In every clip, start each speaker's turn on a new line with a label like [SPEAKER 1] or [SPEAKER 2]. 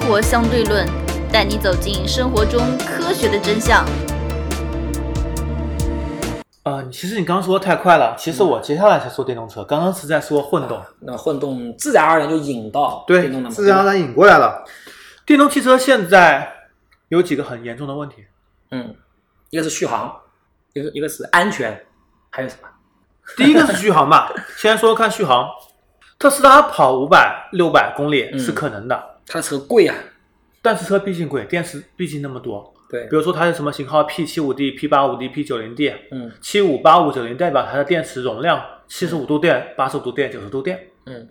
[SPEAKER 1] 活相对论》，带你走进生活中科学的真相。
[SPEAKER 2] 呃，其实你刚说太快了，其实
[SPEAKER 3] 嗯
[SPEAKER 2] 我接下来才说电动车，刚刚是在说混动。
[SPEAKER 3] 那混动自然而然就引到
[SPEAKER 2] 对
[SPEAKER 3] 啊电动的，嘛
[SPEAKER 2] 自然而然引过来了。电动汽车现在有几个很严重的问题。
[SPEAKER 3] 嗯，一个是续航，一个一个是安全，还有什么？
[SPEAKER 2] 第一个是续航嘛，先说看续航。特斯拉跑五百、六百公里
[SPEAKER 3] 嗯
[SPEAKER 2] 是可能的，
[SPEAKER 3] 它的车贵啊，
[SPEAKER 2] 但是车毕竟贵，电池毕竟那么多。
[SPEAKER 3] 对
[SPEAKER 2] 比，如说它有什么型号 P 7 5 D、P 8 5 D、P 9 0 D、
[SPEAKER 3] 嗯
[SPEAKER 2] 七五八五九零，代表它的电池容量七十五度电、八十度电、九十度电。
[SPEAKER 3] 嗯，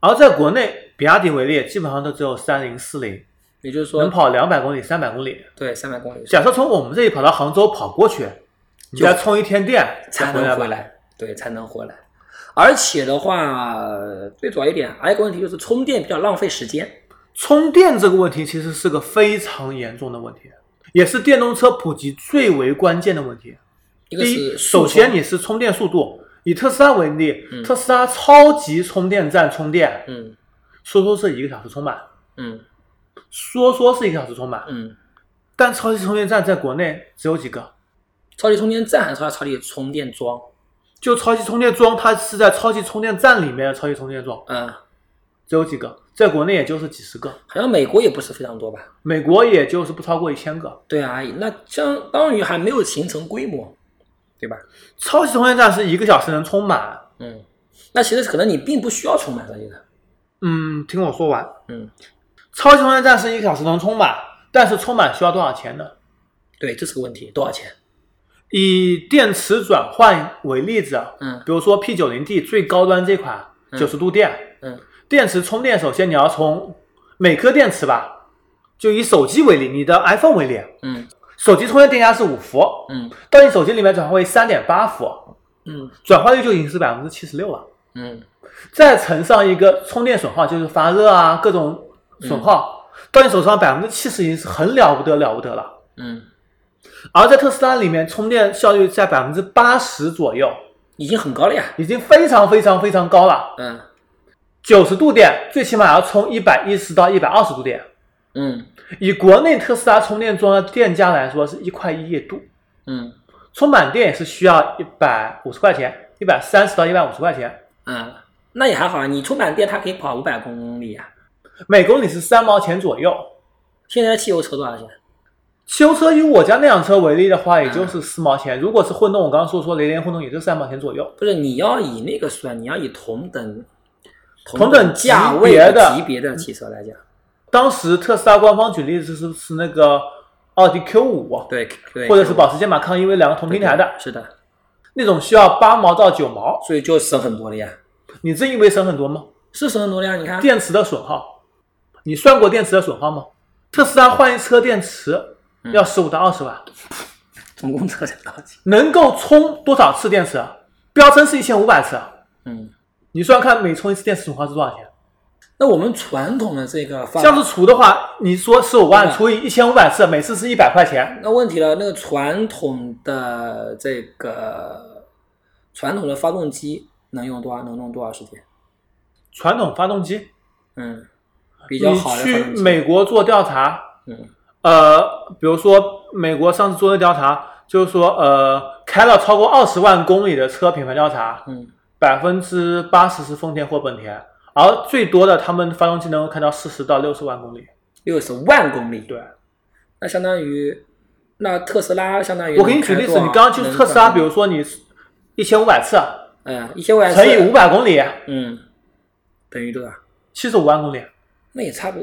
[SPEAKER 2] 而在国内，比亚迪为例，基本上都只有三零、四零，
[SPEAKER 3] 也就是说
[SPEAKER 2] 能跑两百公里、三百公里。
[SPEAKER 3] 对三百公里
[SPEAKER 2] 假设从我们这里跑到杭州跑过去，你
[SPEAKER 3] 就
[SPEAKER 2] 再充一天电
[SPEAKER 3] 才
[SPEAKER 2] 才
[SPEAKER 3] 能
[SPEAKER 2] 来
[SPEAKER 3] 回
[SPEAKER 2] 吧。
[SPEAKER 3] 来，对，才能回来。而且的话，最主要一点还有一个问题就是充电比较浪费时间，
[SPEAKER 2] 充电这个问题其实是个非常严重的问题，也是电动车普及最为关键的问题。
[SPEAKER 3] 一个
[SPEAKER 2] 第
[SPEAKER 3] 是
[SPEAKER 2] 一，
[SPEAKER 3] 速
[SPEAKER 2] 首
[SPEAKER 3] 充
[SPEAKER 2] 先你是充电速度，以特斯拉为例，
[SPEAKER 3] 嗯
[SPEAKER 2] 特斯拉超级充电站充电，
[SPEAKER 3] 嗯
[SPEAKER 2] 说说是一个小时充满，
[SPEAKER 3] 嗯
[SPEAKER 2] 说说是一个小时充满，
[SPEAKER 3] 嗯，
[SPEAKER 2] 但超级充电站在国内只有几个，
[SPEAKER 3] 超级充电站还是超级充电桩？
[SPEAKER 2] 就超级充电桩，它是在超级充电站里面的超级充电桩
[SPEAKER 3] 嗯，
[SPEAKER 2] 只有几个，在国内也就是几十个，
[SPEAKER 3] 好像美国也不是非常多吧？
[SPEAKER 2] 美国也就是不超过一千个。
[SPEAKER 3] 对啊，那相当于还没有形成规模，对吧？
[SPEAKER 2] 超级充电站是一个小时能充满，
[SPEAKER 3] 嗯，那其实可能你并不需要充满的，现在，
[SPEAKER 2] 嗯，听我说完，
[SPEAKER 3] 嗯，
[SPEAKER 2] 超级充电站是一个小时能充满，但是充满需要多少钱呢？
[SPEAKER 3] 对，这是个问题，多少钱？
[SPEAKER 2] 以电池转换为例子，啊
[SPEAKER 3] 嗯
[SPEAKER 2] 比如说 P 9 0 D 最高端这款
[SPEAKER 3] 嗯
[SPEAKER 2] 九十度电，
[SPEAKER 3] 嗯
[SPEAKER 2] 电池充电首先你要从每颗电池吧，就以手机为例，你的 iPhone 为例，啊
[SPEAKER 3] 嗯
[SPEAKER 2] 手机充电电压是五伏，
[SPEAKER 3] 嗯
[SPEAKER 2] 到你手机里面转化为三点八伏，
[SPEAKER 3] 嗯
[SPEAKER 2] 转化率就已经是百分之七十六了，
[SPEAKER 3] 嗯
[SPEAKER 2] 再乘上一个充电损耗，就是发热啊各种损耗，到你手上百分之七十已经是很了不得了不得了。
[SPEAKER 3] 嗯，
[SPEAKER 2] 而在特斯拉里面，充电效率在百分之八十左右，
[SPEAKER 3] 已经很高了呀。
[SPEAKER 2] 已经非常非常非常高了。
[SPEAKER 3] 嗯
[SPEAKER 2] 九十度电最起码要充一百一十到一百二十度电。
[SPEAKER 3] 嗯
[SPEAKER 2] 以国内特斯拉充电桩的电价来说，是一块一一度，
[SPEAKER 3] 嗯
[SPEAKER 2] 充满电也是需要一百五十块钱，一百三十到一百五十块钱，
[SPEAKER 3] 嗯，那也还好啊。你充满电，它可以跑五百公里啊。
[SPEAKER 2] 每公里是三毛钱左右。
[SPEAKER 3] 现在的汽油车多少钱？
[SPEAKER 2] 修车以我家那辆车为例的话，也就是四毛钱。如果是混动，我刚刚说说雷凌混动也就三毛钱左右。
[SPEAKER 3] 不是，你要以那个算，你要以同等
[SPEAKER 2] 同等级
[SPEAKER 3] 价位
[SPEAKER 2] 别的
[SPEAKER 3] 级别的汽车来讲，
[SPEAKER 2] 当时特斯拉官方举例子是是那个奥迪 Q 五，啊
[SPEAKER 3] 对对，
[SPEAKER 2] 或者是保时捷马康，因为两个同
[SPEAKER 3] 对
[SPEAKER 2] 平台的
[SPEAKER 3] 是的，
[SPEAKER 2] 那种需要八毛到九毛，
[SPEAKER 3] 所以就省很多了呀，
[SPEAKER 2] 你自以为省很多吗？
[SPEAKER 3] 是省很多了呀。你看，
[SPEAKER 2] 电池的损耗，你算过电池的损耗吗？特斯拉换一车电池
[SPEAKER 3] 嗯
[SPEAKER 2] 要十五到二十万，
[SPEAKER 3] 总共车才多少钱？
[SPEAKER 2] 能够充多少次电池？啊标称是一千五百次，啊
[SPEAKER 3] 嗯，
[SPEAKER 2] 你算看每充一次电池损耗是多少钱？
[SPEAKER 3] 那我们传统的这个方
[SPEAKER 2] 这样子除的话，你说十五万
[SPEAKER 3] 对
[SPEAKER 2] 除以一千五百次，每次是一百块钱，
[SPEAKER 3] 那问题了，那个传统的这个传统的发动机能用多少能用多少时间？
[SPEAKER 2] 传统发动机，
[SPEAKER 3] 嗯，比较好
[SPEAKER 2] 你
[SPEAKER 3] 的发
[SPEAKER 2] 去
[SPEAKER 3] 动机。
[SPEAKER 2] 美国做调查，
[SPEAKER 3] 嗯
[SPEAKER 2] 呃，比如说美国上次做的调查，就是说，呃，开了超过二十万公里的车品牌调查，
[SPEAKER 3] 嗯
[SPEAKER 2] 百分之八十是丰田或本田，而最多的他们发动机能够开到四十到六十万公里。
[SPEAKER 3] 六十万公里，
[SPEAKER 2] 对，
[SPEAKER 3] 那相当于那特斯拉相当于
[SPEAKER 2] 我给你举例子，你刚刚就是特斯拉，比如说你一千五百次啊
[SPEAKER 3] 嗯一千五
[SPEAKER 2] 乘以五
[SPEAKER 3] 百，
[SPEAKER 2] 百公里，
[SPEAKER 3] 嗯，等于多少？
[SPEAKER 2] 七十五万公里，
[SPEAKER 3] 那也差不，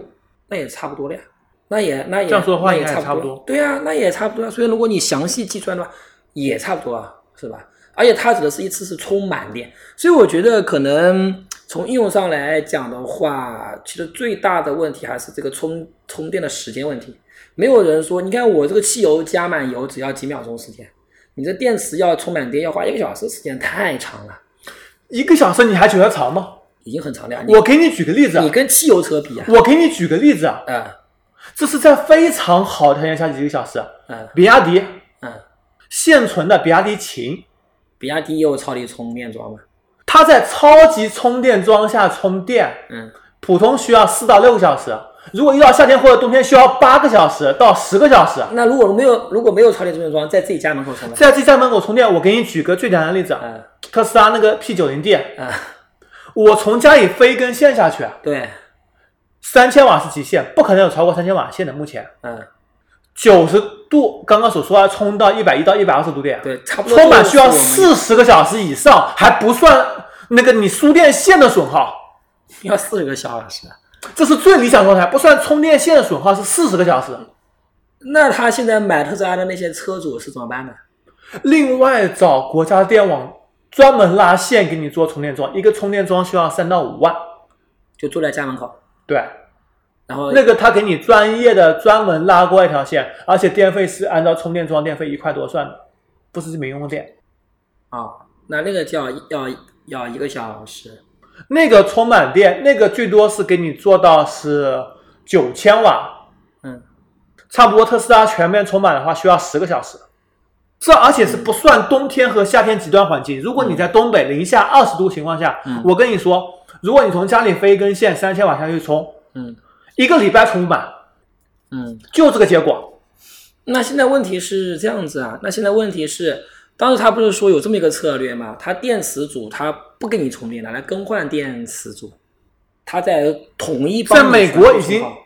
[SPEAKER 3] 那也差不多了呀。那也那也
[SPEAKER 2] 这样说的话
[SPEAKER 3] 那也
[SPEAKER 2] 应该也
[SPEAKER 3] 差
[SPEAKER 2] 差不
[SPEAKER 3] 多
[SPEAKER 2] 多。
[SPEAKER 3] 对呀、那也差不多啊。所以如果你详细计算的话，也差不多啊，是吧？而且它指的是一次是充满电，所以我觉得可能从应用上来讲的话，其实最大的问题还是这个充充电的时间问题。没有人说，你看我这个汽油加满油只要几秒钟时间，你这电池要充满电要花一个小时时间，太长了，
[SPEAKER 2] 一个小时你还觉得长吗？
[SPEAKER 3] 已经很长了呀。你
[SPEAKER 2] 我给你举个例子啊
[SPEAKER 3] 你，跟汽油车比啊，
[SPEAKER 2] 我给你举个例子啊，
[SPEAKER 3] 嗯
[SPEAKER 2] 这是在非常好的条件下一个小时，啊
[SPEAKER 3] 嗯
[SPEAKER 2] 比亚迪
[SPEAKER 3] 嗯，
[SPEAKER 2] 现存的比亚迪秦。
[SPEAKER 3] 比亚迪也有超级充电桩嘛，
[SPEAKER 2] 它在超级充电桩下充电，
[SPEAKER 3] 嗯
[SPEAKER 2] 普通需要四到六个小时，啊如果一到夏天或者冬天需要八个小时到十个小时，啊
[SPEAKER 3] 那如果没有如果没有超电充电桩，在自己家门口充呢？
[SPEAKER 2] 在自己家门口充电，我给你举个最简单的例子啊，
[SPEAKER 3] 嗯
[SPEAKER 2] 特斯拉那个 P 九零 D，
[SPEAKER 3] 嗯，
[SPEAKER 2] 我从家里飞一根线下去啊，
[SPEAKER 3] 对，
[SPEAKER 2] 三千瓦是极限，不可能有超过三千瓦线的。目前
[SPEAKER 3] 嗯
[SPEAKER 2] 九十度，刚刚所说要充到一百一到一百二十度电，啊
[SPEAKER 3] 对，差不多。
[SPEAKER 2] 充满需要四十个小时以上，还不算那个你输电线的损耗，
[SPEAKER 3] 要四十个小时。
[SPEAKER 2] 这是最理想状态，不算充电线的损耗是四十个小时。
[SPEAKER 3] 那他现在买特斯拉的那些车主是怎么办呢？
[SPEAKER 2] 另外找国家电网专门拉线给你做充电桩，一个充电桩需要三到五万，
[SPEAKER 3] 就坐在家门口，
[SPEAKER 2] 对，
[SPEAKER 3] 然后
[SPEAKER 2] 那个他给你专业的专门拉过一条线，而且电费是按照充电桩电费一块多算的，不是民用电。
[SPEAKER 3] 啊、那那个就要要要一个小时，
[SPEAKER 2] 那个充满电，那个最多是给你做到是九千瓦，
[SPEAKER 3] 嗯，
[SPEAKER 2] 差不多特斯拉全面充满的话需要十个小时。这而且是不算冬天和夏天极端环境。如果你在东北零下二十度情况下，
[SPEAKER 3] 嗯
[SPEAKER 2] 我跟你说，如果你从家里飞一根线三千瓦下去充，
[SPEAKER 3] 嗯
[SPEAKER 2] 一个礼拜充不满，
[SPEAKER 3] 嗯。
[SPEAKER 2] 就这个结果。
[SPEAKER 3] 那现在问题是这样子啊，那现在问题是，当时他不是说有这么一个策略吗？他电池组他不给你充电，拿来更换电池组，他在统一帮
[SPEAKER 2] 在
[SPEAKER 3] 你
[SPEAKER 2] 美国已
[SPEAKER 3] 全
[SPEAKER 2] 经
[SPEAKER 3] 部充好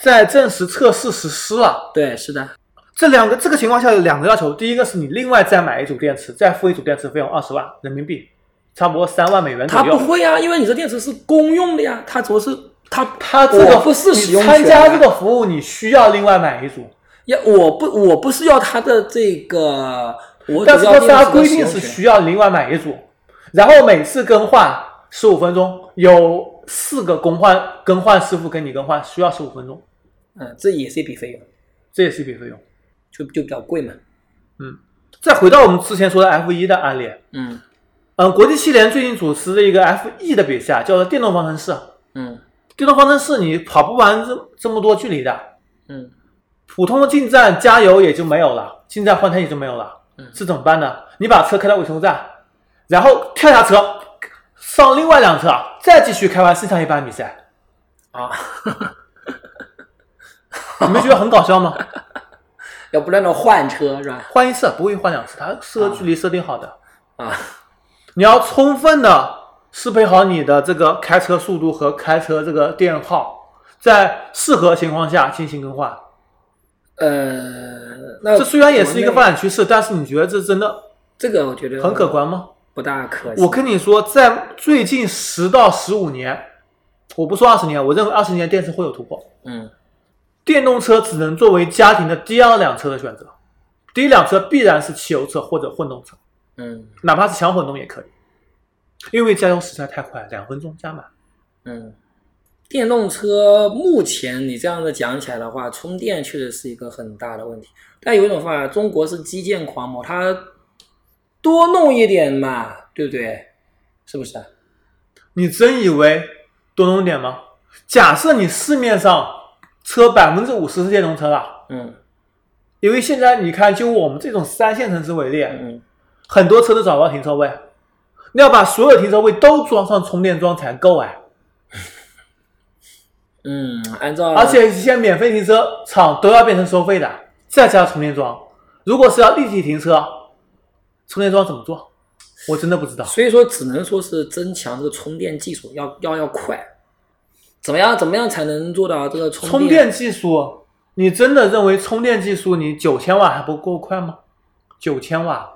[SPEAKER 2] 在正式测试实施了。
[SPEAKER 3] 对，是的，
[SPEAKER 2] 这两个这个情况下有两个要求，第一个是你另外再买一组电池，再付一组电池费用二十万人民币，差不多三万美元
[SPEAKER 3] 他
[SPEAKER 2] 左
[SPEAKER 3] 不
[SPEAKER 2] 右。
[SPEAKER 3] 会啊，因为你这电池是公用的呀，他主要是他
[SPEAKER 2] 他这个
[SPEAKER 3] 我不是使用
[SPEAKER 2] 你
[SPEAKER 3] 权啊
[SPEAKER 2] 参加这个服务，你需要另外买一组。
[SPEAKER 3] 要我不我不是要他的这个，我
[SPEAKER 2] 但
[SPEAKER 3] 只
[SPEAKER 2] 是特
[SPEAKER 3] 要
[SPEAKER 2] 斯
[SPEAKER 3] 电
[SPEAKER 2] 拉
[SPEAKER 3] 池的
[SPEAKER 2] 规
[SPEAKER 3] 使
[SPEAKER 2] 定
[SPEAKER 3] 用
[SPEAKER 2] 是
[SPEAKER 3] 权
[SPEAKER 2] 需要另外买一组，然后每次更换十五分钟，有四个更换更换师傅给你更换，需要十五分钟，
[SPEAKER 3] 嗯，这也是一笔费用，
[SPEAKER 2] 这也是一笔费用。
[SPEAKER 3] 就就比较贵嘛。
[SPEAKER 2] 再回到我们之前说的 F 1的案例，
[SPEAKER 3] 嗯
[SPEAKER 2] 嗯，国际汽联最近主持了一个 F E 的比赛，叫做电动方程式。
[SPEAKER 3] 嗯
[SPEAKER 2] 电动方程式你跑不完这这么多距离的，
[SPEAKER 3] 嗯
[SPEAKER 2] 普通的进站加油也就没有了，进站换胎也就没有了
[SPEAKER 3] 嗯，
[SPEAKER 2] 是怎么办呢？你把车开到尾修站，然后跳下车，上另外辆车，再继续开完剩下一半比赛。
[SPEAKER 3] 啊，
[SPEAKER 2] 你们觉得很搞笑吗？
[SPEAKER 3] 要不断的换车是吧？
[SPEAKER 2] 换一次不会换两次，它适合距离设定好的。
[SPEAKER 3] 啊，
[SPEAKER 2] 你要充分的适配好你的这个开车速度和开车这个电耗，在适合情况下进行更换。
[SPEAKER 3] 呃，那
[SPEAKER 2] 这虽然也是一个
[SPEAKER 3] 国
[SPEAKER 2] 发
[SPEAKER 3] 内，
[SPEAKER 2] 展趋势，但是你觉得这真的
[SPEAKER 3] 这个我觉得
[SPEAKER 2] 很可，观吗？
[SPEAKER 3] 不大可行。
[SPEAKER 2] 我跟你说，在最近十到十五年，我不说二十年，我认为二十年电池会有突破。
[SPEAKER 3] 嗯
[SPEAKER 2] 电动车只能作为家庭的第二辆车的选择，第一辆车必然是汽油车或者混动车。
[SPEAKER 3] 嗯
[SPEAKER 2] 哪怕是强混动也可以，因为加油实在太快，两分钟加满。
[SPEAKER 3] 嗯，电动车目前你这样子讲起来的话，充电确实是一个很大的问题。但有一种方法，中国是基建狂魔，它多弄一点嘛，对不对？是不是？啊
[SPEAKER 2] 你真以为多弄点吗？假设你市面上车百分之五十是电动车了，
[SPEAKER 3] 嗯
[SPEAKER 2] 因为现在你看，就我们这种三线城市为例，
[SPEAKER 3] 嗯
[SPEAKER 2] 很多车都找不到停车位，你要把所有停车位都装上充电桩才够哎。
[SPEAKER 3] 嗯，按照
[SPEAKER 2] 而且一些免费停车场都要变成收费的，再加充电桩。如果是要立体停车，充电桩怎么做？我真的不知道。
[SPEAKER 3] 所以说只能说是增强这个充电技术，要要要快。怎么样？怎么样才能做到这个充
[SPEAKER 2] 充电技术，你真的认为充电技术你九千瓦还不够快吗？九千瓦，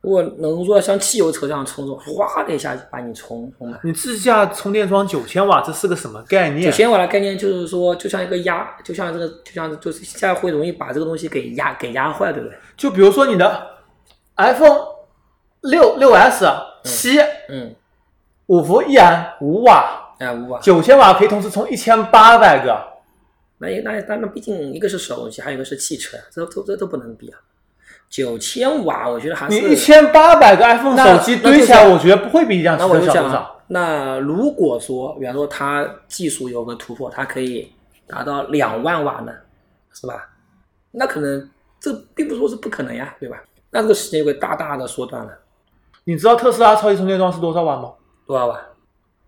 [SPEAKER 3] 如果能做到像汽油车这样充足，哗的一下就把你充充满。
[SPEAKER 2] 你自驾充电桩九千瓦，这是个什么概
[SPEAKER 3] 九
[SPEAKER 2] 念？
[SPEAKER 3] 千瓦的概念就是说，就像一个压，就像这个，就像就是现在会容易把这个东西给压给压坏，对不对？
[SPEAKER 2] 就比如说你的 iPhone 六六 S 七
[SPEAKER 3] 嗯，
[SPEAKER 2] 五伏一安五瓦，
[SPEAKER 3] 哎，五瓦。
[SPEAKER 2] 九千瓦可以同时充一千八百个。
[SPEAKER 3] 那也那也那那毕竟一个是手机，还有一个是汽车，这这这都不能比啊。九千瓦，我觉得还
[SPEAKER 2] 你
[SPEAKER 3] 是
[SPEAKER 2] 一千八百个 iPhone
[SPEAKER 3] 那
[SPEAKER 2] 手机
[SPEAKER 3] 那就
[SPEAKER 2] 堆起来，
[SPEAKER 3] 是
[SPEAKER 2] 我觉得不会比一辆汽
[SPEAKER 3] 那我
[SPEAKER 2] 车小
[SPEAKER 3] 就
[SPEAKER 2] 多
[SPEAKER 3] 讲
[SPEAKER 2] 少。
[SPEAKER 3] 啊，那如果说，比方说它技术有个突破，它可以达到两万瓦呢，是吧？那可能这并不是说是不可能呀，对吧？那这个时间就会大大的缩短了，
[SPEAKER 2] 你知道特斯拉超级充电桩是多少瓦吗？
[SPEAKER 3] 多少瓦？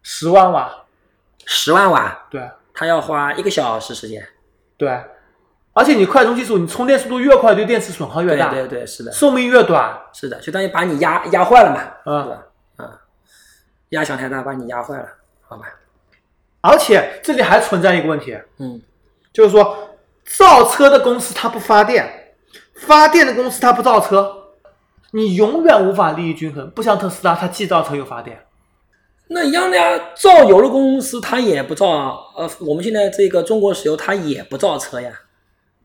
[SPEAKER 2] 十万瓦。
[SPEAKER 3] 十万瓦？
[SPEAKER 2] 对，
[SPEAKER 3] 它要花一个小时时间。
[SPEAKER 2] 对，而且你快充技术，你充电速度越快，对电池损耗越
[SPEAKER 3] 对
[SPEAKER 2] 大，
[SPEAKER 3] 对对，是的，
[SPEAKER 2] 寿命越短。
[SPEAKER 3] 是的，就等于把你压压坏了嘛，
[SPEAKER 2] 嗯
[SPEAKER 3] 是吧？啊，压强太大把你压坏了，好吧？
[SPEAKER 2] 而且这里还存在一个问题，
[SPEAKER 3] 嗯，
[SPEAKER 2] 就是说造车的公司它不发电，发电的公司它不造车，你永远无法利益均衡。不像特斯拉，它既造车又发电。
[SPEAKER 3] 那一样的呀，造油的公司它也不造，呃，我们现在这个中国石油它也不造车呀，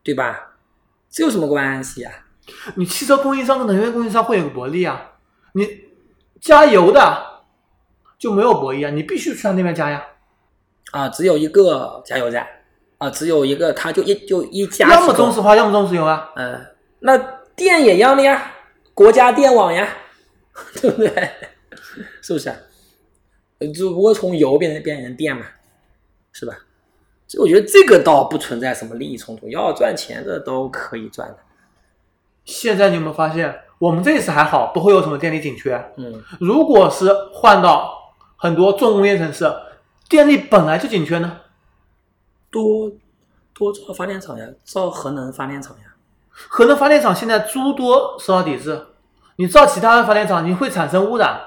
[SPEAKER 3] 对吧？这有什么关系啊呀、
[SPEAKER 2] 你汽车供应商和能源供应商会有个博弈啊，你加油的就没有博弈啊，你必须去他那边加呀，
[SPEAKER 3] 啊，只有一个加油站，啊，只有一个，它就一就一家
[SPEAKER 2] 要么
[SPEAKER 3] 提供
[SPEAKER 2] 中石化，要么中石油啊。
[SPEAKER 3] 嗯，那电也一样的呀，国家电网呀， 对不对？是不是啊？呃只不过从油变成变成电嘛，是吧？所以我觉得这个倒不存在什么利益冲突，要赚钱的都可以赚的。
[SPEAKER 2] 现在你有没有发现，我们这一次还好，不会有什么电力紧缺。
[SPEAKER 3] 嗯，
[SPEAKER 2] 如果是换到很多重工业城市，电力本来就紧缺呢，
[SPEAKER 3] 多多造发电厂呀，造核能发电厂呀。
[SPEAKER 2] 核能发电厂现在诸多受到抵制，你造其他的发电厂，你会产生污染，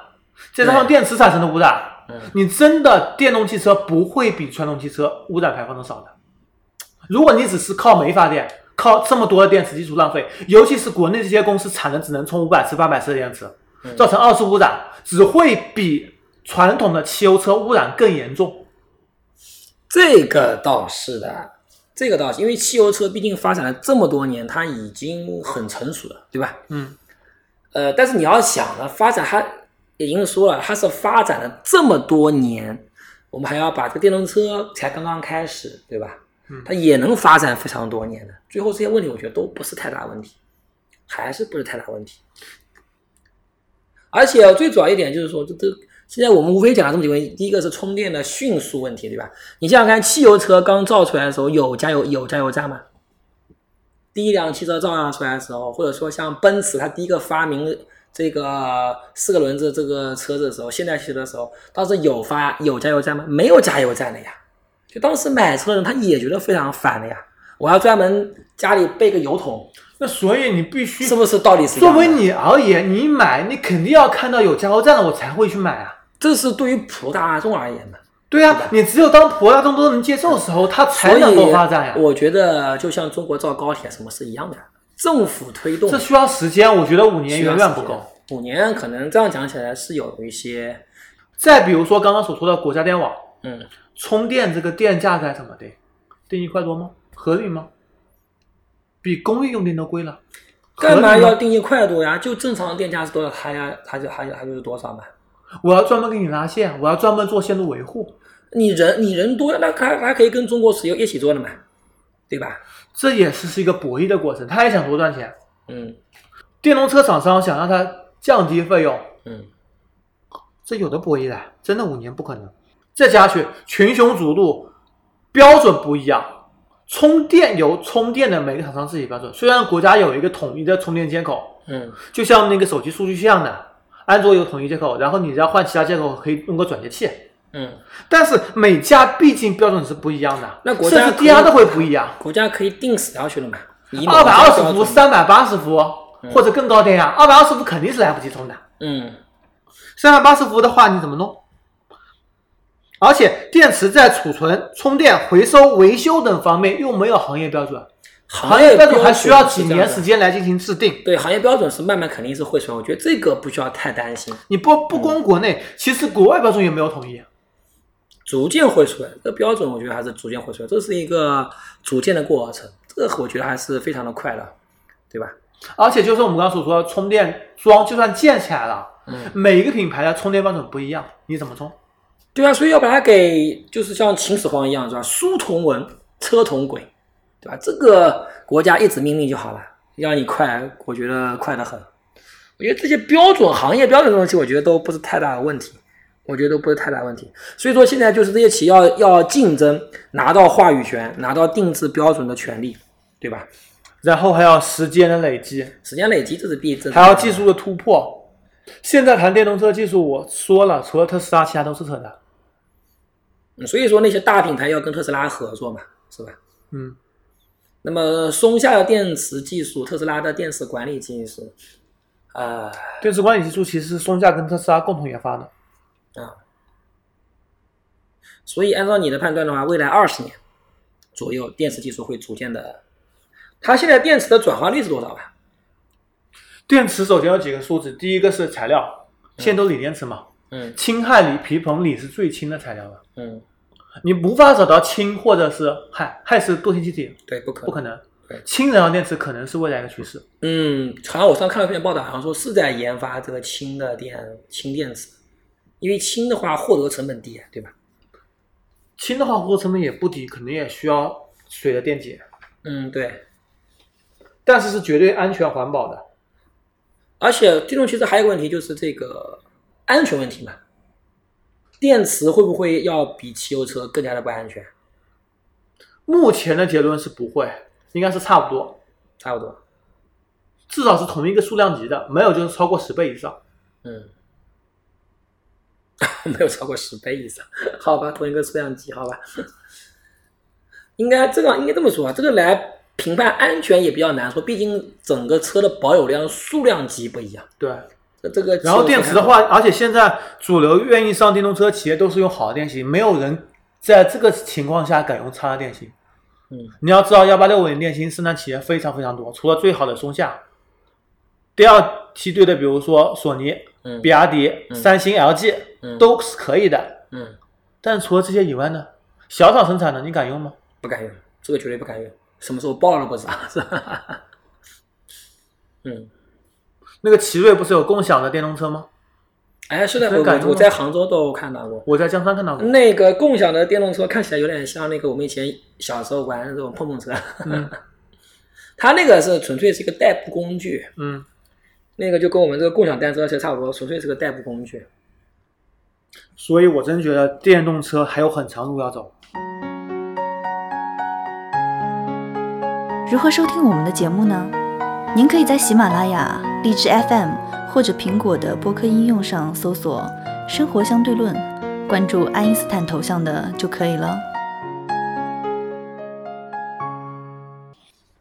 [SPEAKER 2] 再加上
[SPEAKER 3] 对
[SPEAKER 2] 电池产生的污染，
[SPEAKER 3] 嗯
[SPEAKER 2] 你真的电动汽车不会比传统汽车污染排放的少的。如果你只是靠煤发电，靠这么多的电池技术浪费，尤其是国内这些公司产能只能充五百次、八百次的电池，
[SPEAKER 3] 嗯
[SPEAKER 2] 造成二次污染，只会比传统的汽油车污染更严重。
[SPEAKER 3] 这个倒是的，这个倒是，因为汽油车毕竟发展了这么多年，它已经很成熟了，对吧？
[SPEAKER 2] 嗯，
[SPEAKER 3] 呃，但是你要想呢，发展它也已经说了，它是发展了这么多年，我们还要把这个电动车才刚刚开始，对吧
[SPEAKER 2] 嗯？
[SPEAKER 3] 它也能发展非常多年的，最后这些问题我觉得都不是太大问题，还是不是太大问题。而且最主要一点就是说，这这现在我们无非讲了这么几个问题，第一个是充电的迅速问题，对吧？你想想看，汽油车刚造出来的时候有加油有加油站吗？第一辆汽车造样出来的时候，或者说像奔驰，它第一个发明这个四个轮子这个车子的时候，现代汽车的时候，当时有发有加油站吗？没有加油站的呀。就当时买车的人他也觉得非常烦的呀。我要专门家里备个油桶，
[SPEAKER 2] 那所以你必须
[SPEAKER 3] 是不是道理是一
[SPEAKER 2] 作
[SPEAKER 3] 样的？
[SPEAKER 2] 为你而言，你买你肯定要看到有加油站的，我才会去买啊。
[SPEAKER 3] 这是对于普通大众而言的，
[SPEAKER 2] 对呀、你只有当普罗大众都能接受的时候，它才能够发展呀
[SPEAKER 3] 啊所以。我觉得就像中国造高铁什么是一样的，政府推动
[SPEAKER 2] 这需要时间，我觉得五年
[SPEAKER 3] 需
[SPEAKER 2] 远
[SPEAKER 3] 要时
[SPEAKER 2] 远不
[SPEAKER 3] 间
[SPEAKER 2] 够。。
[SPEAKER 3] 五年可能这样讲起来是有一些，
[SPEAKER 2] 再比如说刚刚所说的国家电网
[SPEAKER 3] 嗯，
[SPEAKER 2] 充电，这个电价在什么定？定一块多吗？合理吗？比公寓用电都贵了，合
[SPEAKER 3] 干
[SPEAKER 2] 理
[SPEAKER 3] 嘛
[SPEAKER 2] 吗
[SPEAKER 3] 要？定义快度呀？就正常的电价是多少，它呀，它就它就它就是多少嘛。
[SPEAKER 2] 我要专门给你拉线，我要专门做线路维护，
[SPEAKER 3] 你人你人多，那它它可以跟中国石油一起做的嘛，对吧？
[SPEAKER 2] 这也是是一个博弈的过程。他也想多赚钱，
[SPEAKER 3] 嗯
[SPEAKER 2] 电动车厂商想让它降低费用，
[SPEAKER 3] 嗯，
[SPEAKER 2] 这有的博弈了，真的五年不可能。再加去群雄逐鹿，标准不一样，充电由充电的每个厂商自己标准。虽然国家有一个统一的充电接口，
[SPEAKER 3] 嗯
[SPEAKER 2] 就像那个手机数据像的，安卓有统一接口，然后你要换其他接口可以用个转接器，
[SPEAKER 3] 嗯，
[SPEAKER 2] 但是每家毕竟标准是不一样的，
[SPEAKER 3] 那国
[SPEAKER 2] 甚
[SPEAKER 3] 家
[SPEAKER 2] 至
[SPEAKER 3] 可以
[SPEAKER 2] DR 都会不一样，
[SPEAKER 3] 国家可以定死要求的嘛，以某
[SPEAKER 2] 二百二
[SPEAKER 3] 个
[SPEAKER 2] 十
[SPEAKER 3] 标
[SPEAKER 2] 伏、
[SPEAKER 3] 准
[SPEAKER 2] 三百八十伏或者更高电压，二百二十伏肯定是来不及充的。
[SPEAKER 3] 嗯
[SPEAKER 2] 三百八十伏的话，你怎么弄？而且电池在储存、充电、回收、维修等方面又没有行业标准，
[SPEAKER 3] 行
[SPEAKER 2] 行业标准
[SPEAKER 3] 准
[SPEAKER 2] 还需要
[SPEAKER 3] 是
[SPEAKER 2] 几
[SPEAKER 3] 这样
[SPEAKER 2] 年
[SPEAKER 3] 的
[SPEAKER 2] 时。间来进行制定。
[SPEAKER 3] 对行业标准是慢慢肯定是会出来，我觉得这个不需要太担心，
[SPEAKER 2] 你不不光国内，其实国外标准也没有统一。
[SPEAKER 3] 逐渐会出来。这个标准我觉得还是逐渐会出来，这是一个逐渐的过程，这个我觉得还是非常的快的，对吧？
[SPEAKER 2] 而且就是我们刚刚所说的充电桩，就算建起来了，
[SPEAKER 3] 嗯
[SPEAKER 2] 每一个品牌的充电标准不一样，你怎么充？
[SPEAKER 3] 对啊，所以要把它给就是像秦始皇一样是吧？书同文，车同轨，对吧？这个国家一纸命令就好了，让你快，我觉得快得很。我觉得这些标准、行业标准的东西，我觉得都不是太大的问题，我觉得都不是太大的问题。所以说现在就是这些企业要要竞争，拿到话语权，拿到定制标准的权利，对吧？
[SPEAKER 2] 然后还要时间的累积，
[SPEAKER 3] 时间累积这是必，这是
[SPEAKER 2] 还要技术的突破。现在谈电动车技术，我说了，除了特斯拉，其他都是扯淡。
[SPEAKER 3] 嗯所以说那些大品牌要跟特斯拉合作嘛，是吧？
[SPEAKER 2] 嗯，
[SPEAKER 3] 那么松下的电池技术，特斯拉的电池管理技术，啊、
[SPEAKER 2] 电池管理技术其实是松下跟特斯拉共同研发的。
[SPEAKER 3] 啊，所以按照你的判断的话，未来二十年左右，电池技术会逐渐的。它现在电池的转化率是多少啊吧？
[SPEAKER 2] 电池首先有几个数字，第一个是材料，现在都锂电池嘛，
[SPEAKER 3] 嗯
[SPEAKER 2] 氢氦锂、铍硼锂是最轻的材料了，
[SPEAKER 3] 嗯，
[SPEAKER 2] 你无法找到氢或者是氦，氦是惰性气体，
[SPEAKER 3] 对，不可
[SPEAKER 2] 不可能
[SPEAKER 3] 对。
[SPEAKER 2] 氢能量电池可能是未来一个趋势，
[SPEAKER 3] 嗯，好像我上次看了一篇报道，好像说是在研发这个氢的电氢电池，因为氢的话获得成本低，啊对吧？
[SPEAKER 2] 氢的话获得成本也不低，可能也需要水的电解，
[SPEAKER 3] 嗯，对。
[SPEAKER 2] 但是是绝对安全环保的。
[SPEAKER 3] 而且最终其实还有个问题就是这个安全问题嘛，电池会不会要比汽油车更加的不安全？
[SPEAKER 2] 目前的结论是不会，应该是差不多，
[SPEAKER 3] 差不多。
[SPEAKER 2] 至少是同一个数量级的，没有就是超过十倍以上。
[SPEAKER 3] 嗯， 没有超过十倍以上，好吧，同一个数量级，好吧。应该这个应该这么说啊，这个来评判安全也比较难说，毕竟整个车的保有量数量级不一样。
[SPEAKER 2] 对，
[SPEAKER 3] 这这个
[SPEAKER 2] 然后
[SPEAKER 3] 汽油
[SPEAKER 2] 电
[SPEAKER 3] 车
[SPEAKER 2] 池的话，而且现在主流愿意上电动车的企业都是用好的电芯，没有人在这个情况下敢用差的电芯。
[SPEAKER 3] 嗯，
[SPEAKER 2] 你要知道，幺八六五零电芯生产企业非常非常多，除了最好的松下，第二梯队的，比如说索尼、
[SPEAKER 3] 嗯
[SPEAKER 2] 比亚迪、三星、LG，、
[SPEAKER 3] 嗯
[SPEAKER 2] 都是可以的。
[SPEAKER 3] 嗯
[SPEAKER 2] 但除了这些以外呢，小厂生产的你敢用吗？
[SPEAKER 3] 不敢用，这个绝对不敢用，什么时候爆了都不知道，是 吧？嗯，
[SPEAKER 2] 那个奇瑞不是有共享的电动车吗？
[SPEAKER 3] 哎，是的，
[SPEAKER 2] 很
[SPEAKER 3] 我
[SPEAKER 2] 感动
[SPEAKER 3] 我我在杭州都看到过。
[SPEAKER 2] 我在江山看到过。
[SPEAKER 3] 那个共享的电动车看起来有点像那个我们以前小时候玩的那种碰碰车，
[SPEAKER 2] 嗯
[SPEAKER 3] 它那个是纯粹是一个代步工具，
[SPEAKER 2] 嗯，
[SPEAKER 3] 那个就跟我们这个共享单车其实差不多，纯粹是个代步工具。
[SPEAKER 2] 所以我真觉得电动车还有很长路要走。
[SPEAKER 1] 如何收听我们的节目呢？您可以在喜马拉雅、荔枝 FM 或者苹果的播客应用上搜索“生活相对论”，关注爱因斯坦头像的就可以了。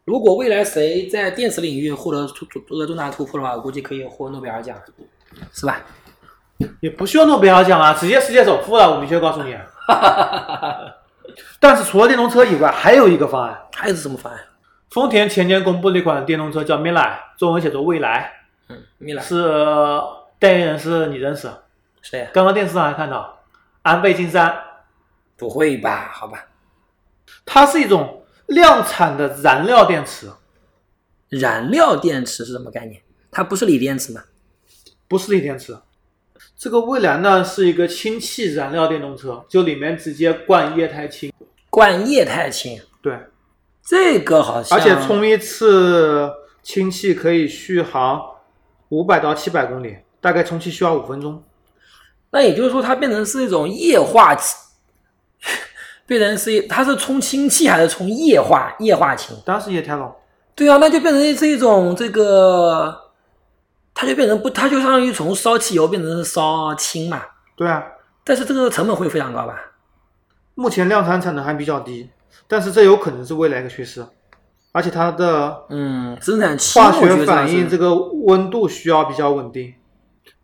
[SPEAKER 3] 如果未来谁在电池领域获得突获得重大突破的话，我估计可以获诺贝尔奖，是吧？
[SPEAKER 2] 也不需要诺贝尔奖啊，直接世界首富了，我明确告诉你。啊但是除了电动车以外，还有一个方案。
[SPEAKER 3] 还有是什么方案？
[SPEAKER 2] 丰田前年公布了一款电动车叫 Mirai，中文写作未来，
[SPEAKER 3] 嗯，米兰
[SPEAKER 2] 是代言人是你认识？
[SPEAKER 3] 谁啊呀、
[SPEAKER 2] 刚刚电视上还看到安倍晋三，
[SPEAKER 3] 不会吧？好吧，
[SPEAKER 2] 它是一种量产的燃料电池，
[SPEAKER 3] 燃料电池是什么概念？它不是锂电池吗？
[SPEAKER 2] 不是锂电池。这个蔚来呢是一个氢气燃料电动车，就里面直接灌液态氢。
[SPEAKER 3] 灌液态氢，
[SPEAKER 2] 对，
[SPEAKER 3] 这个好像
[SPEAKER 2] 而且充一次氢气可以续航五百到七百公里，大概充气需要五分钟。
[SPEAKER 3] 那也就是说，它变成是一种液化 气，变成是一它是充氢气还是充液化液化氢？
[SPEAKER 2] 当时也太冷，
[SPEAKER 3] 对啊，那就变成是一种这个，它就变成不，它就相当于从烧汽油变成是烧氢嘛。
[SPEAKER 2] 对啊，
[SPEAKER 3] 但是这个成本会非常高吧？
[SPEAKER 2] 目前量产产能还比较低，但是这有可能是未来一个趋势，而且它的
[SPEAKER 3] 嗯，生产氢
[SPEAKER 2] 化
[SPEAKER 3] 我觉
[SPEAKER 2] 学
[SPEAKER 3] 得
[SPEAKER 2] 反应
[SPEAKER 3] 是
[SPEAKER 2] 这个温度需要比较稳定，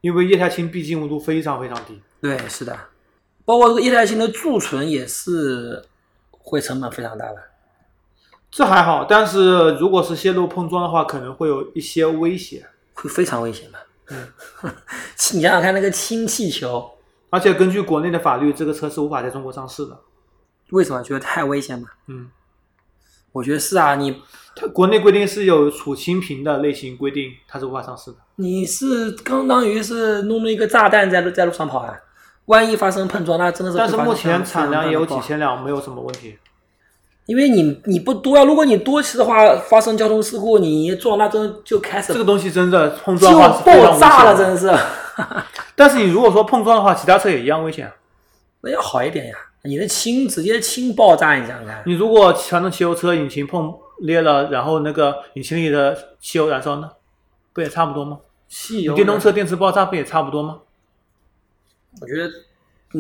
[SPEAKER 2] 因为液态氢毕竟温度非常非常低。
[SPEAKER 3] 对是的，包括这个液态氢的贮存也是会成本非常大的。
[SPEAKER 2] 这还好，但是如果是泄露碰撞的话，可能会有一些威胁。
[SPEAKER 3] 会非常危险吧？
[SPEAKER 2] 嗯，
[SPEAKER 3] 你想想看，那个氢气球，
[SPEAKER 2] 而且根据国内的法律，这个车是无法在中国上市的。
[SPEAKER 3] 为什么觉得太危险嘛？
[SPEAKER 2] 嗯，
[SPEAKER 3] 我觉得是啊，你
[SPEAKER 2] 它国内规定是有储氢瓶的类型规定，它是无法上市的。
[SPEAKER 3] 你是相当于是弄了一个炸弹在路在路上跑啊，万一发生碰撞，那真的是会
[SPEAKER 2] 但是
[SPEAKER 3] 发生
[SPEAKER 2] 目前
[SPEAKER 3] 非常
[SPEAKER 2] 产量也有
[SPEAKER 3] 非
[SPEAKER 2] 几
[SPEAKER 3] 常大的爆炸，
[SPEAKER 2] 千辆，没有什么问题。
[SPEAKER 3] 因为你你不多啊，如果你多起的话，发生交通事故，你一撞那真就开始
[SPEAKER 2] 这个东西真的碰
[SPEAKER 3] 就
[SPEAKER 2] 撞的话是非常
[SPEAKER 3] 爆
[SPEAKER 2] 危
[SPEAKER 3] 炸
[SPEAKER 2] 险
[SPEAKER 3] 了，
[SPEAKER 2] 的
[SPEAKER 3] 真的是。
[SPEAKER 2] 但是你如果说碰撞的话，其他车也一样危险。
[SPEAKER 3] 那要好一点呀，你的氢直接氢爆炸，你想想看。
[SPEAKER 2] 你如果传统汽油车引擎碰裂了，然后那个引擎里的汽油燃烧呢，不也差不多吗？
[SPEAKER 3] 汽
[SPEAKER 2] 你
[SPEAKER 3] 油
[SPEAKER 2] 电动
[SPEAKER 3] 呢
[SPEAKER 2] 车电池爆炸不也差不多吗？
[SPEAKER 3] 我觉得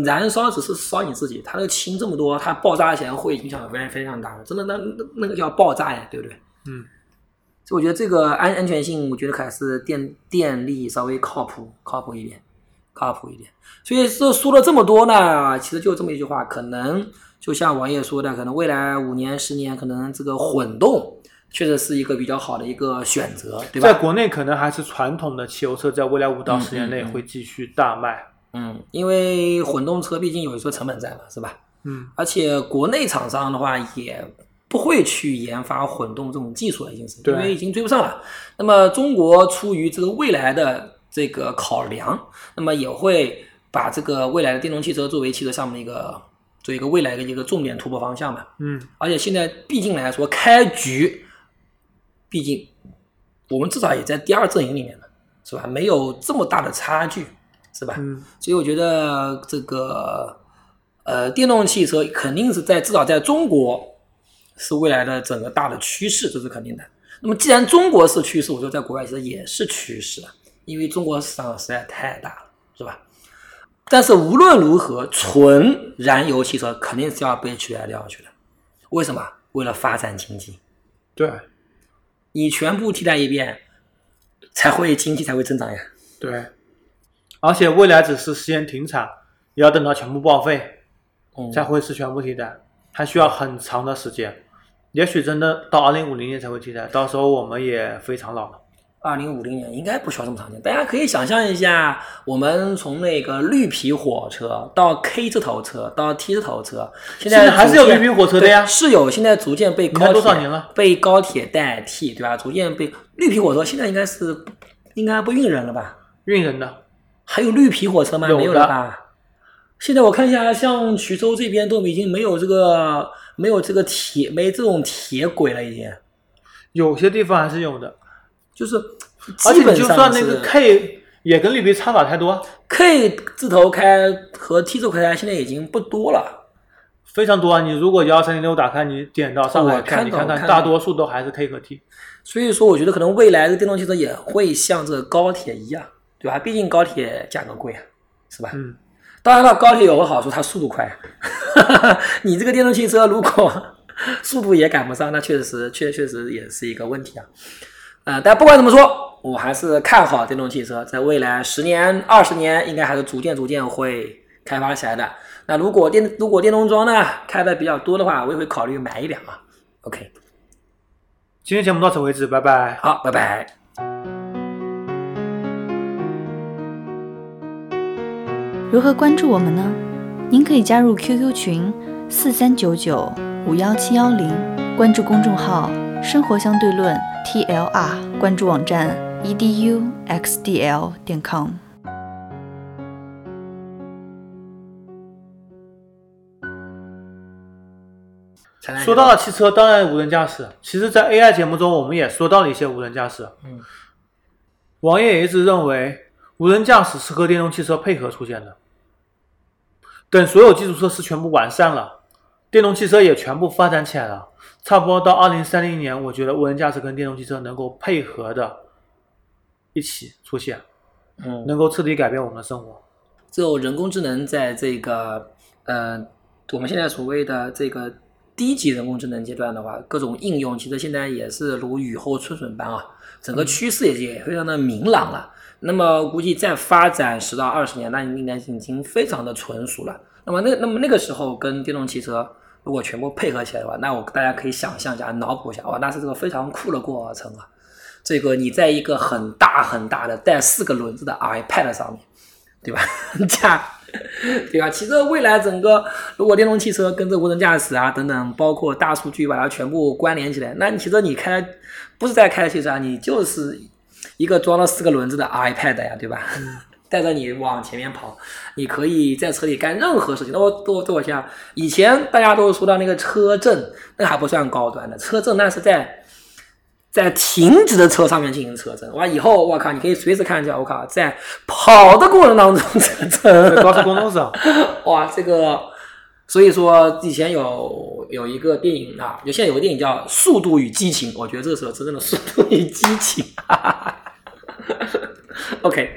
[SPEAKER 3] 燃烧只是烧你自己，它那个氢这么多，它爆炸起来会影响非常非常大的，真的那那那个叫爆炸呀，对不对？
[SPEAKER 2] 嗯，
[SPEAKER 3] 所以我觉得这个安安全性，我觉得还是电电力稍微靠谱靠谱一点，靠谱一点。所以这说了这么多呢，其实就这么一句话，可能就像王爷说的，可能未来五年十年，可能这个混动确实是一个比较好的一个选择，对吧？
[SPEAKER 2] 在国内可能还是传统的汽油车，在未来五到十年内
[SPEAKER 3] 嗯嗯嗯
[SPEAKER 2] 会继续大卖。
[SPEAKER 3] 嗯，因为混动车毕竟有一个成本在嘛，是吧？
[SPEAKER 2] 嗯，
[SPEAKER 3] 而且国内厂商的话也不会去研发混动这种技术了，已经是
[SPEAKER 2] 对
[SPEAKER 3] 因为已经追不上了。那么中国出于这个未来的这个考量，那么也会把这个未来的电动汽车作为汽车项目的一个作为一个未来的一个重点突破方向嘛。
[SPEAKER 2] 嗯，
[SPEAKER 3] 而且现在毕竟来说，开局，毕竟我们至少也在第二阵营里面了，是吧？没有这么大的差距，是吧？
[SPEAKER 2] 嗯，
[SPEAKER 3] 所以我觉得这个呃，电动汽车肯定是在至少在中国是未来的整个大的趋势，这是肯定的。那么既然中国是趋势，我觉得在国外其实也是趋势啊，因为中国市场实在太大了，是吧？但是无论如何，纯燃油汽车肯定是要被取代掉去的。为什么？为了发展经济，
[SPEAKER 2] 对
[SPEAKER 3] 你全部替代一遍，才会经济才会增长呀。
[SPEAKER 2] 对，而且未来只是先停产，也要等到全部报废
[SPEAKER 3] 嗯，
[SPEAKER 2] 才会是全部替代，还需要很长的时间。也许真的到二零五零年才会替代，到时候我们也非常老了。
[SPEAKER 3] 二零五零年应该不需要这么长时间。大家可以想象一下，我们从那个绿皮火车到 K 字头车到 T 字头车，现在
[SPEAKER 2] 现在还是有
[SPEAKER 3] 逐渐
[SPEAKER 2] 绿皮火车的呀
[SPEAKER 3] 对是有，现在逐渐被
[SPEAKER 2] 你看
[SPEAKER 3] 高
[SPEAKER 2] 多少
[SPEAKER 3] 铁
[SPEAKER 2] 年了？
[SPEAKER 3] 被高铁代替，对吧？逐渐被绿皮火车现在应该是应该不运人了吧？
[SPEAKER 2] 运人的，
[SPEAKER 3] 还有绿皮火车吗？
[SPEAKER 2] 有的
[SPEAKER 3] 没有了吧？现在我看一下，像衢州这边都已经没有这个没有这个铁没这种铁轨了，已经
[SPEAKER 2] 有些地方还是有的，
[SPEAKER 3] 就是
[SPEAKER 2] 而
[SPEAKER 3] 基
[SPEAKER 2] 且
[SPEAKER 3] 本
[SPEAKER 2] 就
[SPEAKER 3] 上
[SPEAKER 2] 算那
[SPEAKER 3] 是
[SPEAKER 2] 个 K 也跟绿皮差不了太多，
[SPEAKER 3] K 字头开和 T 字头开现在已经不多了，
[SPEAKER 2] 非常多啊！你如果幺三零六打开，你点到上
[SPEAKER 3] 我
[SPEAKER 2] 海
[SPEAKER 3] 看
[SPEAKER 2] 看，你
[SPEAKER 3] 到
[SPEAKER 2] 哦看
[SPEAKER 3] 我看
[SPEAKER 2] 看，
[SPEAKER 3] 到
[SPEAKER 2] 大多数都还是 K 和 T。
[SPEAKER 3] 所以说我觉得可能未来的电动汽车也会像这个高铁一样，对吧？毕竟高铁价格贵啊，是吧？
[SPEAKER 2] 嗯，
[SPEAKER 3] 当然了，高铁有个好处，它速度快。 你这个电动汽车如果 速度也赶不上，那确实确确实也是一个问题啊。呃，但不管怎么说，我还是看好电动汽车在未来十年、二十年，应该还是逐渐逐渐会开发起来的。那如果电如果电动桩呢开的比较多的话，我也会考虑买一辆啊。OK，
[SPEAKER 2] 今天节目到此为止，拜拜。
[SPEAKER 3] 好，拜拜。
[SPEAKER 1] 如何关注我们呢？您可以加入 QQ 群四三九九五幺七幺零，关注公众号“生活相对论 ”TLR，关注网站 E eduxdl 点 com。
[SPEAKER 2] 说到了汽车，当然无人驾驶。其实，在 AI 节目中，我们也说到了一些无人驾驶。
[SPEAKER 3] 嗯，
[SPEAKER 2] 王爷也一直认为，无人驾驶是和电动汽车配合出现的。等所有基础设施全部完善了，电动汽车也全部发展起来了，差不多到二零三零年，我觉得无人驾驶跟电动汽车能够配合的一起出现，
[SPEAKER 3] 嗯，
[SPEAKER 2] 能够彻底改变我们的生活。
[SPEAKER 3] 就人工智能在这个呃，我们现在所谓的这个低级人工智能阶段的话，各种应用其实现在也是如雨后春笋般啊，整个趋势也也非常的明朗了。那么估计再发展十到二十年，那应该已经非常的成熟了。那么那那么那个时候跟电动汽车如果全部配合起来的话，那我大家可以想象一下，脑补一下，哇，那是这个非常酷的过程啊！这个你在一个很大很大的带四个轮子的 iPad 上面，对吧？ 驾，对吧？其实未来整个如果电动汽车跟这无人驾驶啊等等，包括大数据把它全部关联起来，那你其实你开不是在开汽车啊，你就是一个装了四个轮子的 iPad 呀，对吧？ 带着你往前面跑，你可以在车里干任何事情。那我都我想，以前大家都说到那个车震，那还不算高端的，车震那是在在停止的车上面进行车震。哇，以后我靠，你可以随时看一下，我靠，在跑的过程当中 车震
[SPEAKER 2] 在。高速公路上，
[SPEAKER 3] 哇，这个，所以说以前有有一个电影啊，有现在有个电影叫《速度与激情》，我觉得这是真正的速度与激情。OK，